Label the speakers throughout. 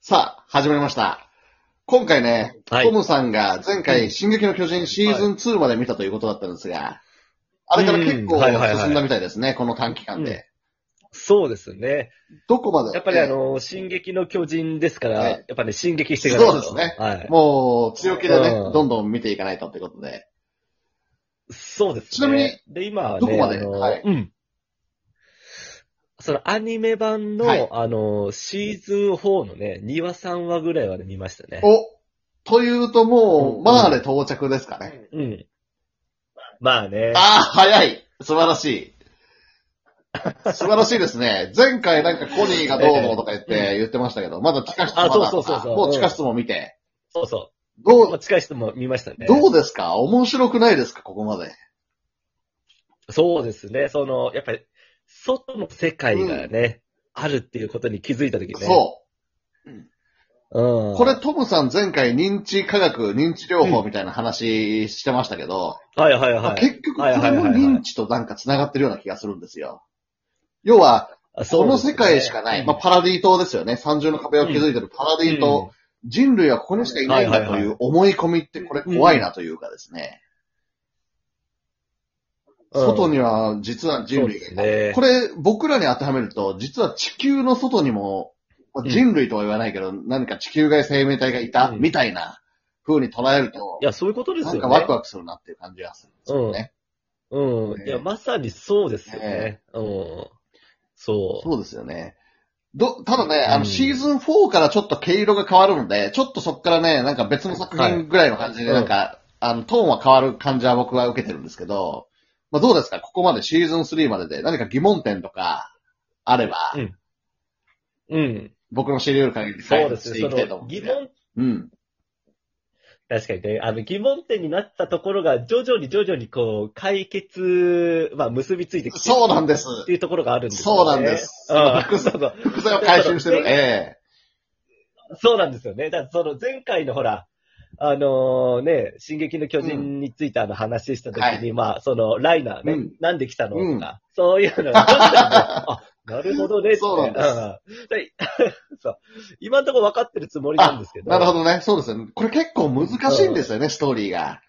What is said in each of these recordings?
Speaker 1: さあ、始まりました。今回ね、
Speaker 2: はい
Speaker 1: トムさんが前回、進撃の巨人シーズン2まで見たということだったんですが、あれから結
Speaker 2: う
Speaker 1: 構
Speaker 2: んはいはいはい
Speaker 1: 進んだみたいですね、この短期間で。
Speaker 2: そうですね。
Speaker 1: どこまで
Speaker 2: やっぱりあの、進撃の巨人ですから、
Speaker 1: はい
Speaker 2: やっぱね、進撃していかないと。
Speaker 1: そうですね
Speaker 2: はい。
Speaker 1: もう強気でね、
Speaker 2: うん
Speaker 1: どんどん見ていかないとってことで。
Speaker 2: そうですね。
Speaker 1: ちなみに、
Speaker 2: で、今はね、
Speaker 1: どこまで
Speaker 2: あの、
Speaker 1: はい
Speaker 2: うん。そのアニメ版の、
Speaker 1: はい
Speaker 2: あの、シーズン4のね、2話3話ぐらいはね、見ましたね。
Speaker 1: おというともう、
Speaker 2: うん
Speaker 1: マーレ到着ですかね。
Speaker 2: うん。まあね。
Speaker 1: ああ、早い素晴らしい。素晴らしいですね。前回なんかコニーがどうのとか言っ
Speaker 2: え
Speaker 1: て言ってましたけど、まだ地下室
Speaker 2: あ
Speaker 1: まだ
Speaker 2: そうそうそうそう
Speaker 1: もう地下室も見て。
Speaker 2: そうそ
Speaker 1: ど
Speaker 2: う。
Speaker 1: う
Speaker 2: まあ、近い人も見ましたね。
Speaker 1: どうですか面白くないですかここまで。
Speaker 2: そうですね。その、やっぱり、外の世界がね、あるっていうことに気づいたときね。。
Speaker 1: そう
Speaker 2: う
Speaker 1: う。
Speaker 2: ん。
Speaker 1: これ、トムさん前回認知科学、認知療法みたいな話してましたけど、
Speaker 2: はいはいはい。
Speaker 1: まあ結局こ
Speaker 2: はい
Speaker 1: れ
Speaker 2: はい
Speaker 1: も
Speaker 2: はいはい
Speaker 1: 認知となんか繋がってるような気がするんですよ。要は、
Speaker 2: あそ
Speaker 1: こ
Speaker 2: うで
Speaker 1: の
Speaker 2: すね
Speaker 1: 世界しかない、まあ、パラディ島ですよね。三重の壁を築いてるパラディ島。人類はここにしかいないんだと
Speaker 2: はいはい
Speaker 1: い
Speaker 2: は
Speaker 1: う思い込みってこれ怖いなというかですね。
Speaker 2: うん
Speaker 1: 外には実は人類がい
Speaker 2: そう
Speaker 1: な
Speaker 2: です
Speaker 1: い。
Speaker 2: ね
Speaker 1: これ僕らに当てはめると、実は地球の外にも、まあ
Speaker 2: うん
Speaker 1: 人類とは言わないけど、何か地球外生命体がいた
Speaker 2: うん
Speaker 1: みたいな風に捉えると
Speaker 2: い、や、そういうことです
Speaker 1: な
Speaker 2: よ
Speaker 1: ん
Speaker 2: ね。
Speaker 1: かワクワクするなっていう感じがするんですよね。
Speaker 2: うん。
Speaker 1: ね
Speaker 2: いや、まさにそうですよね。うん。そう。
Speaker 1: そうですよね。ど、ただね、あ
Speaker 2: う
Speaker 1: の、
Speaker 2: ん
Speaker 1: シーズン4からちょっと毛色が変わるので、ちょっとそっからね、なんか別の作品ぐらいの感じで、
Speaker 2: はい
Speaker 1: なんか、あの、トーンは変わる感じは僕は受けてるんですけど、まあどうですかここまでシーズン3までで何か疑問点とかあれば、
Speaker 2: うんうん。
Speaker 1: 僕の知り得る限り
Speaker 2: そう
Speaker 1: 解
Speaker 2: で
Speaker 1: 説して
Speaker 2: すね。
Speaker 1: い
Speaker 2: そ
Speaker 1: きたいと思う
Speaker 2: の
Speaker 1: んで
Speaker 2: 疑問、
Speaker 1: うん。
Speaker 2: 確かにね、あの疑問点になったところが徐々に徐々にこう、解決、まあ結びついてきて
Speaker 1: そうなんです。
Speaker 2: っていうところがあるんです
Speaker 1: そうなんです
Speaker 2: うん。そうそう。
Speaker 1: 伏線を回収 してる。え
Speaker 2: そうなんですよね。だからその前回のほら、あのね、進撃の巨人についてあの話した時に、まあ、その、ライナーね、
Speaker 1: うん
Speaker 2: なんで来たの
Speaker 1: うん
Speaker 2: とか、そういうのが、 あ、なるほどねって、
Speaker 1: そうなんです
Speaker 2: うんでそう今んところ分かってるつもりなんですけ
Speaker 1: え
Speaker 2: ど。
Speaker 1: なるほどね。そうですよね。これ結構難しいんですよね、ストーリーが。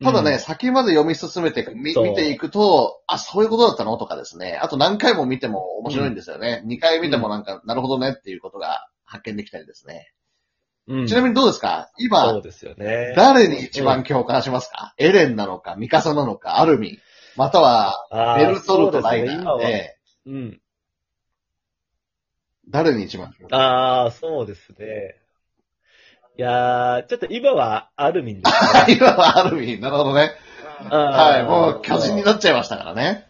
Speaker 2: うん。
Speaker 1: ただね、先まで読み進めて、み
Speaker 2: そう
Speaker 1: 見ていくと、あ、そういうことだったのとかですね。あと何回も見ても面白いんですよね。2回見てもなんか、なるほどねっていうことが発見できたりですね。
Speaker 2: うん、
Speaker 1: ちなみにどうですか
Speaker 2: そう
Speaker 1: 今、
Speaker 2: ですよね。
Speaker 1: 誰に一番共感しますか、エレンなのか、ミカサなのか、アルミ、または、
Speaker 2: あー
Speaker 1: ベルトルトライ
Speaker 2: そうですね
Speaker 1: ナ
Speaker 2: 今
Speaker 1: ー
Speaker 2: は
Speaker 1: で、
Speaker 2: うん。
Speaker 1: 誰に一番。
Speaker 2: ああ、そうですね。いやー、ちょっと今はアルミンですね
Speaker 1: 今はアルミ、なるほどね。 は、
Speaker 2: はい
Speaker 1: もう巨人になっちゃいましたからね。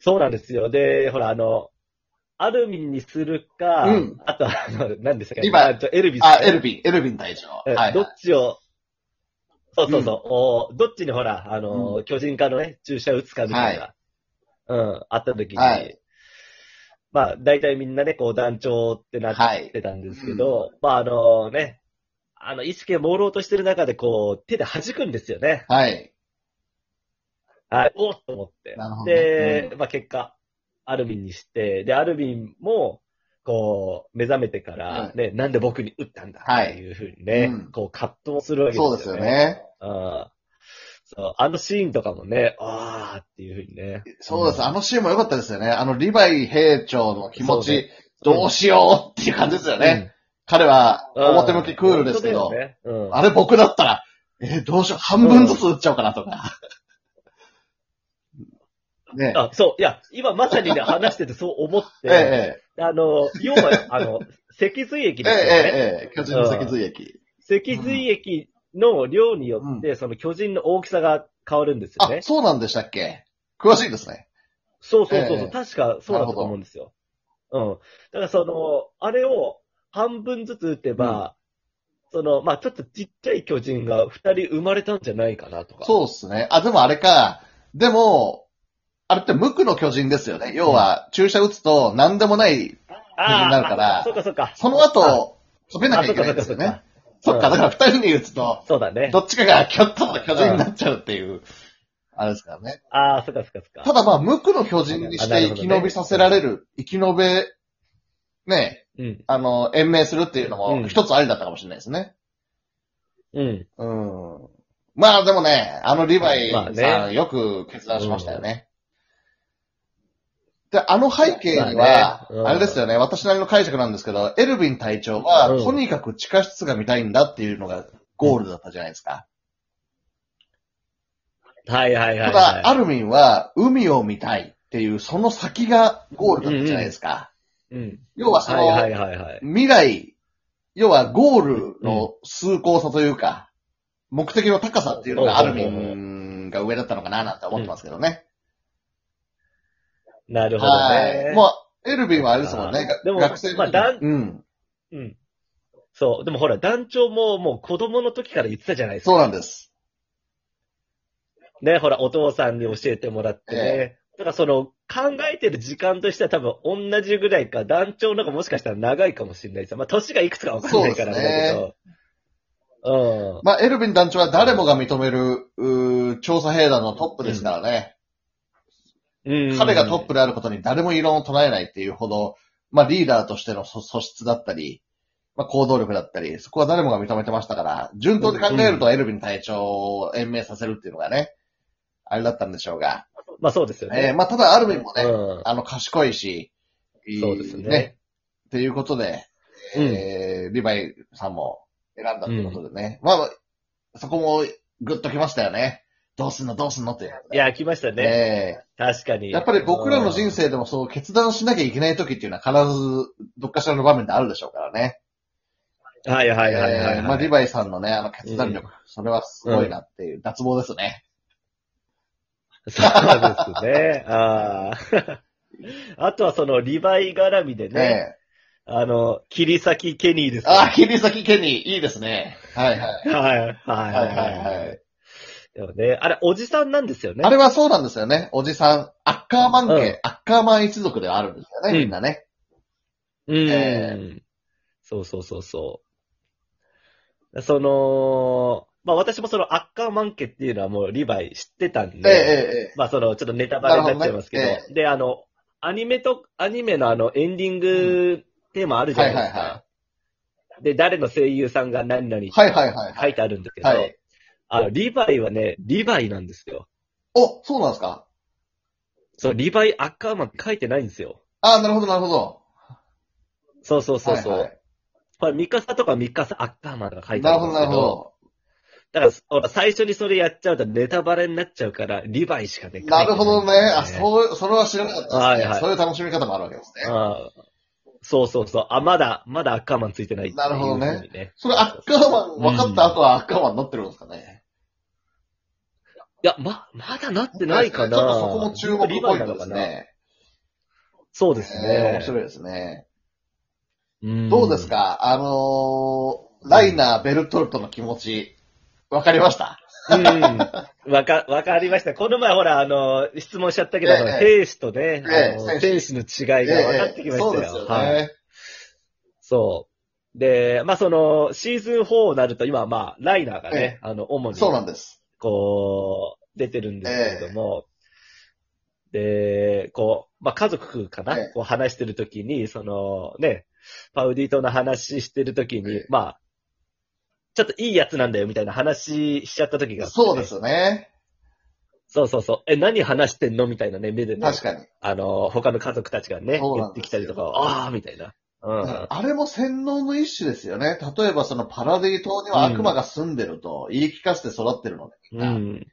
Speaker 2: そうなんですよ。で、ほら、あの、アルミンにするか、
Speaker 1: うん
Speaker 2: あと、あの、何でしたっけ
Speaker 1: 今
Speaker 2: あちょエルビス。
Speaker 1: あ、エルビン、エルビン隊長。
Speaker 2: え
Speaker 1: はい
Speaker 2: ど。っちを、そうそうそう、おどっちにほら、あの、巨人化のね、注射打つかみたいな、うん、あった時に、
Speaker 1: はい
Speaker 2: まあ、大体みんなね、こう、団長ってなってたんですけど、まあ、あのね、あの、意識が朦朧としてる中で、こう、手で弾くんですよね。
Speaker 1: はい。
Speaker 2: はい、おっと思って
Speaker 1: なるほ。どね
Speaker 2: で、まあ結果、アルビンにして、で、アルビンも、こう、目覚めてから
Speaker 1: は、
Speaker 2: ね、なんで僕に撃ったんだ
Speaker 1: はい
Speaker 2: っていうふうにね、
Speaker 1: うん
Speaker 2: こう、葛藤するわけですよ
Speaker 1: そうですよ
Speaker 2: ね。
Speaker 1: ね。
Speaker 2: あそう、あのシーンとかもね、あーっていうふうにね。
Speaker 1: そうです。
Speaker 2: ん
Speaker 1: あのシーンも良かったですよね。あの、リヴァイ兵長の気持
Speaker 2: そう
Speaker 1: ち
Speaker 2: ね、
Speaker 1: どうしようっていう感じですよね。。彼は、
Speaker 2: うん
Speaker 1: 表向きクールですけど
Speaker 2: 本当、だよねうん
Speaker 1: あれ僕だったら、えーどうしよう、半分ずつ打っちゃおうかなとか。ね
Speaker 2: あ、そう、いや、今まさにね、話しててそう思っ
Speaker 1: え。
Speaker 2: て、
Speaker 1: え
Speaker 2: あの、要は、あの、脊髄液
Speaker 1: え、ええ、え
Speaker 2: ですよ
Speaker 1: え、
Speaker 2: ね。
Speaker 1: ええ、巨人の脊髄液。
Speaker 2: 脊髄液の量によって、その巨人の大きさが変わるんですよ
Speaker 1: あ、
Speaker 2: ね。
Speaker 1: そうなんでしたっけ詳しいですね。
Speaker 2: そうそうそうそう、
Speaker 1: ええ
Speaker 2: 確かそうだったと思うんですよ。うん。だからその、あれを半分ずつ打てば、その、まあちょっとちっちゃい巨人が二人生まれたんじゃないかなとか。う。
Speaker 1: そうっすね。あ、でもあれか。でも、あれって無垢の巨人ですよね。要は、注射打つと何でもない、
Speaker 2: あ
Speaker 1: になるから
Speaker 2: あそうかそうか。
Speaker 1: その
Speaker 2: あ、
Speaker 1: 後、食べなきゃいけないんですよね。そっか、だから二人に打つと、
Speaker 2: そうだね。
Speaker 1: どっちかがキョッと巨人になっちゃうっていう、あれですからね。
Speaker 2: ああ、そうかそうかそう
Speaker 1: た
Speaker 2: か。
Speaker 1: だまあ、無垢の巨人にし
Speaker 2: あな
Speaker 1: て
Speaker 2: る
Speaker 1: 生
Speaker 2: ほど
Speaker 1: き
Speaker 2: ね
Speaker 1: 延びさせられる、生き延べ、ね、
Speaker 2: うん。
Speaker 1: あの、延命するっていうの
Speaker 2: う
Speaker 1: も
Speaker 2: ん
Speaker 1: 一つありだったかもしれないですね。
Speaker 2: うん。
Speaker 1: うん。まあでもね、あのリヴ
Speaker 2: まあ
Speaker 1: ァイさん、
Speaker 2: ね
Speaker 1: よく決断しましたよね。で、あの背景には、
Speaker 2: まあねうん
Speaker 1: あれですよね、私なりの解釈なんですけど、エルヴィン隊長は、
Speaker 2: うん
Speaker 1: とにかく地下室が見たいんだっていうのがゴールだったじゃないですか。
Speaker 2: はいはいはい、は
Speaker 1: た
Speaker 2: い。
Speaker 1: だ、アルミンは、海を見たいっていう、その先がゴールだったじゃないですか。
Speaker 2: うん。
Speaker 1: 要はその、
Speaker 2: はいはいはいはい。
Speaker 1: 未来、要はゴールの崇高さというか、目的の高さっていうのがアルミンが上だったのかななんて思ってますけどね。
Speaker 2: なるほど
Speaker 1: は
Speaker 2: ね
Speaker 1: い。。もう、エルビンはあれですもんね。が
Speaker 2: でも
Speaker 1: 学生の時
Speaker 2: まあ団
Speaker 1: うん。
Speaker 2: うん。そう。でもほら、団長ももう子供の時から言ってたじゃないですか。
Speaker 1: そうなんです。
Speaker 2: ね、ほら、お父さんに教えてもらってね。だからその、考えてる時間としては多分同じぐらいか、団長の方がもしかしたら長いかもしれないです。まあ、年がいくつかわかんないから
Speaker 1: そう
Speaker 2: ね
Speaker 1: ですね
Speaker 2: だけど。
Speaker 1: まあ、エルビン団長は誰もが認める、うー調査兵団のトップですからね。
Speaker 2: うん。うん。
Speaker 1: 彼がトップであることに誰も異論を唱えないっていうほど、まあ、リーダーとしての素素質だったり、まあ、行動力だったり、そこは誰もが認めてましたから、順当で考えるとエルビン隊長を延命させるっていうのがね、あれだったんでしょうが。
Speaker 2: まあそうですよ
Speaker 1: えー
Speaker 2: ね。
Speaker 1: まあ、ただアルビンもね、
Speaker 2: うん。
Speaker 1: あの、賢いし、いい
Speaker 2: そうですね。
Speaker 1: ね。っていうことで、
Speaker 2: うん。
Speaker 1: えー、リヴァイさんも選んだってことでね。まあ、そこもグッときましたよね。どうすんのどうすんのっていうやつ
Speaker 2: いや、来ました
Speaker 1: ね。
Speaker 2: ね。
Speaker 1: え
Speaker 2: 確か
Speaker 1: え
Speaker 2: に。
Speaker 1: やっぱり僕らの人生でもそう決断しなきゃいけない時っていうのは必ずどっかしらの場面であるでしょうからね。
Speaker 2: うん。はいはいはいはいはい。
Speaker 1: ええまあ、リヴァイさんのね、あの決断力、それはすごいなっていう、脱帽ですね。
Speaker 2: そうですね。ああ。 あとはその、リヴァイ絡みで
Speaker 1: え
Speaker 2: ね、
Speaker 1: え
Speaker 2: あの、切り裂きケニーですよ。
Speaker 1: ああ、切り裂きケニー、いいですね。はいはい。
Speaker 2: はい、はい、
Speaker 1: はいはいはい。
Speaker 2: でもね、あれ、おじさんなんですよね。
Speaker 1: あれはそうなんですよね。おじさん、アッカーマン家、
Speaker 2: うん
Speaker 1: アッカーマン一族ではあるんですよね、
Speaker 2: うん
Speaker 1: みんなね。
Speaker 2: うん、
Speaker 1: え
Speaker 2: そうそうそうそう。その、まあ私もそのアッカーマン家っていうのはもうリヴァイ知ってたん
Speaker 1: えええ
Speaker 2: で、
Speaker 1: えええ
Speaker 2: まあそのちょっとネタバレになっちゃいますけど、
Speaker 1: なるほ
Speaker 2: で、あの、アニメと、アニメのあのエンディングテーマあるじゃないですか。
Speaker 1: はいはいは
Speaker 2: で、誰の声優さんが何々って
Speaker 1: はいはいはいはい
Speaker 2: 書いてあるんですけど、
Speaker 1: はい。
Speaker 2: あの、リヴァイはね、リヴァイなんですよ。
Speaker 1: お、そうなんですか
Speaker 2: そう、リヴァイアッカーマンって書いてないんですよ。
Speaker 1: あーなるほど、なるほど。
Speaker 2: そうそうそうそう。
Speaker 1: はいはい
Speaker 2: まあ、ミカサとかミカサアッカーマンとか書いて
Speaker 1: な
Speaker 2: あ
Speaker 1: る
Speaker 2: るん
Speaker 1: ほど、
Speaker 2: です
Speaker 1: な
Speaker 2: け
Speaker 1: る
Speaker 2: ど、
Speaker 1: ほど。
Speaker 2: だから、ほら最初にそれやっちゃうとネタバレになっちゃうから、リヴァイしかね。
Speaker 1: なるほどね。あ、
Speaker 2: う。
Speaker 1: そう、それは知らなかったですね。
Speaker 2: はいはい
Speaker 1: そういう楽しみ方もあるわけですね。
Speaker 2: あーそうそうそう。あ、まだ、まだアッカーマンついてないっていう
Speaker 1: なるほどね
Speaker 2: ふうにね。
Speaker 1: それ、アッカーマン、分かった後はアッカーマンになってるんですかね。
Speaker 2: いや、ま、まだなってないかな。
Speaker 1: ちょっとそこも注目ポイントです
Speaker 2: リヴァイなのかな。
Speaker 1: ね。
Speaker 2: そうです
Speaker 1: えー
Speaker 2: ね
Speaker 1: 面。白いですね。
Speaker 2: うん
Speaker 1: どうですかあのー、ライナー、ベルトルトの気持ち、わかりました
Speaker 2: うん。わか、わかりました。この前ほら、あの、質問しちゃったけど、
Speaker 1: ええ
Speaker 2: あの兵士とね、
Speaker 1: ええ
Speaker 2: あの
Speaker 1: 選
Speaker 2: 兵士の違いが分かってきましたよ。
Speaker 1: そうですよね。
Speaker 2: はい。そう。で、まあ、その、シーズン4になると、今、まあ、ライナーがね、あの、主に、
Speaker 1: そうなんです。
Speaker 2: こう、出てるんですけれども、で、こう、まあ、家族かな、
Speaker 1: ええ
Speaker 2: こう話してるときに、その、ね、パウディとの話してるときに、
Speaker 1: ええ
Speaker 2: まあ、ちょっといいやつなんだよみたいな話しちゃった時があってね
Speaker 1: そうですよね。
Speaker 2: そうそうそう。え、何話してんのみたいなね、目でね。
Speaker 1: 確かに。
Speaker 2: あの、他の家族たちがね、
Speaker 1: そう
Speaker 2: 言
Speaker 1: なん
Speaker 2: っ
Speaker 1: で
Speaker 2: て
Speaker 1: す
Speaker 2: き
Speaker 1: よ
Speaker 2: たりとか、ああ、みたいな。うん。
Speaker 1: あれも洗脳の一種ですよね。例えばそのパラディ島には悪魔が住んでると言い聞かせて育ってるので、
Speaker 2: うん。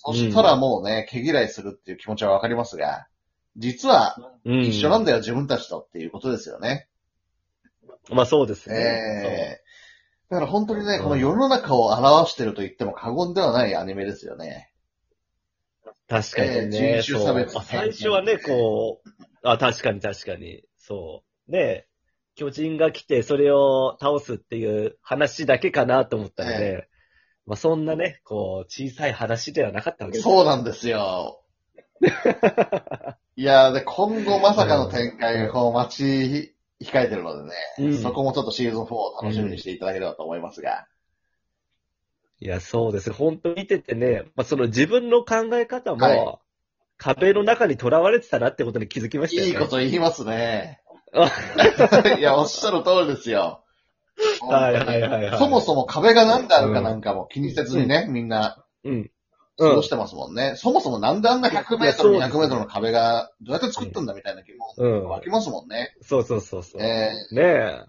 Speaker 1: そしたらもうね、毛嫌いするっていう気持ちはわかりますが、実は
Speaker 2: うん。
Speaker 1: 一緒なんだよ、自分たちとっていうことですよね。
Speaker 2: まあそうです
Speaker 1: ええ
Speaker 2: ね。
Speaker 1: だから本当にね、
Speaker 2: うん
Speaker 1: この世の中を表してると言っても過言ではないアニメですよね。
Speaker 2: そう確か
Speaker 1: ええ
Speaker 2: にね。
Speaker 1: 人種
Speaker 2: そう
Speaker 1: 差別
Speaker 2: まあ最初はね、こう、あ、確かに確かに。そう。ね巨人が来てそれを倒すっていう話だけかなと思ったらね、まあそんなね、こう、小さい話ではなかったわけですよ
Speaker 1: そうなんです よ。いやーで、今後まさかの展開がこう待ち控えてるのでね、
Speaker 2: うん
Speaker 1: そこもちょっとシーズン4を楽しみにしていただければと思いますが。
Speaker 2: いや、そうです。本当見ててね、まあ、その自分の考え方も、
Speaker 1: はい
Speaker 2: 壁の中に囚われてたなってことに気づきましたよ
Speaker 1: い
Speaker 2: ね。
Speaker 1: いこと言いますね。いや、おっしゃる通りですよ。
Speaker 2: はいはいはいはい
Speaker 1: そもそも壁が何であるかなんかも気にせずにね、みんな
Speaker 2: うん。
Speaker 1: 過
Speaker 2: う
Speaker 1: ご
Speaker 2: ん
Speaker 1: し。てますもんね。そもそもなんであんな100
Speaker 2: い
Speaker 1: メ
Speaker 2: や
Speaker 1: ート
Speaker 2: そう
Speaker 1: ル、
Speaker 2: です
Speaker 1: 200メートルの壁がどうやって作ったんだみたいな気も
Speaker 2: うん。
Speaker 1: 湧きますもんね。
Speaker 2: そうそうそうそう。
Speaker 1: えー
Speaker 2: ねえ。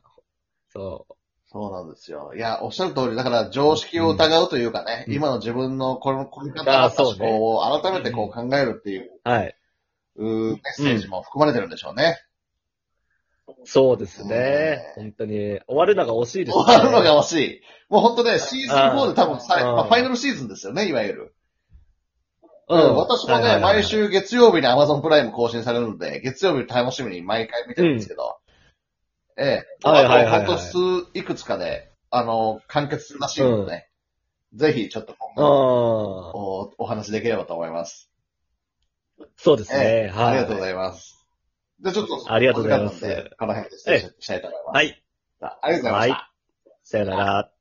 Speaker 2: そ
Speaker 1: そうなんですよ。いや、おっしゃる通り、だから常識を疑うというかね、
Speaker 2: うん
Speaker 1: 今の自分のこの、この方
Speaker 2: あ
Speaker 1: の
Speaker 2: ーそう
Speaker 1: 思
Speaker 2: ね
Speaker 1: 考を改めてこう考えるっていう、
Speaker 2: う。はい。
Speaker 1: うーメッセージも含まれてるんでしょうね。
Speaker 2: そうですね。本当に。終わるのが惜し いですね。
Speaker 1: 終わるのが惜しい。もう本当ね、シーズン4で多分さ、
Speaker 2: うん
Speaker 1: まあファイナルシーズンですよね、いわゆる。
Speaker 2: う
Speaker 1: うん
Speaker 2: ん。
Speaker 1: 私もね、
Speaker 2: はいはいはい
Speaker 1: 毎。週月曜日に Amazon プライム更新されるので、月曜日楽しみに毎回見てるんですけど、ええ、
Speaker 2: はいはいはいはい
Speaker 1: あと本当数、いくつかで、あの、完結するらしいのでね、ぜひちょっと今
Speaker 2: うん
Speaker 1: 後おお話しできればと思います。
Speaker 2: そうです
Speaker 1: え
Speaker 2: ね。はい。
Speaker 1: ありがとうございます。で、ちょっと、
Speaker 2: ありがとうございます
Speaker 1: お時間なんでこの辺で失礼ししたいと思います。
Speaker 2: はい。
Speaker 1: ありがとうございました。
Speaker 2: はい。さよなら。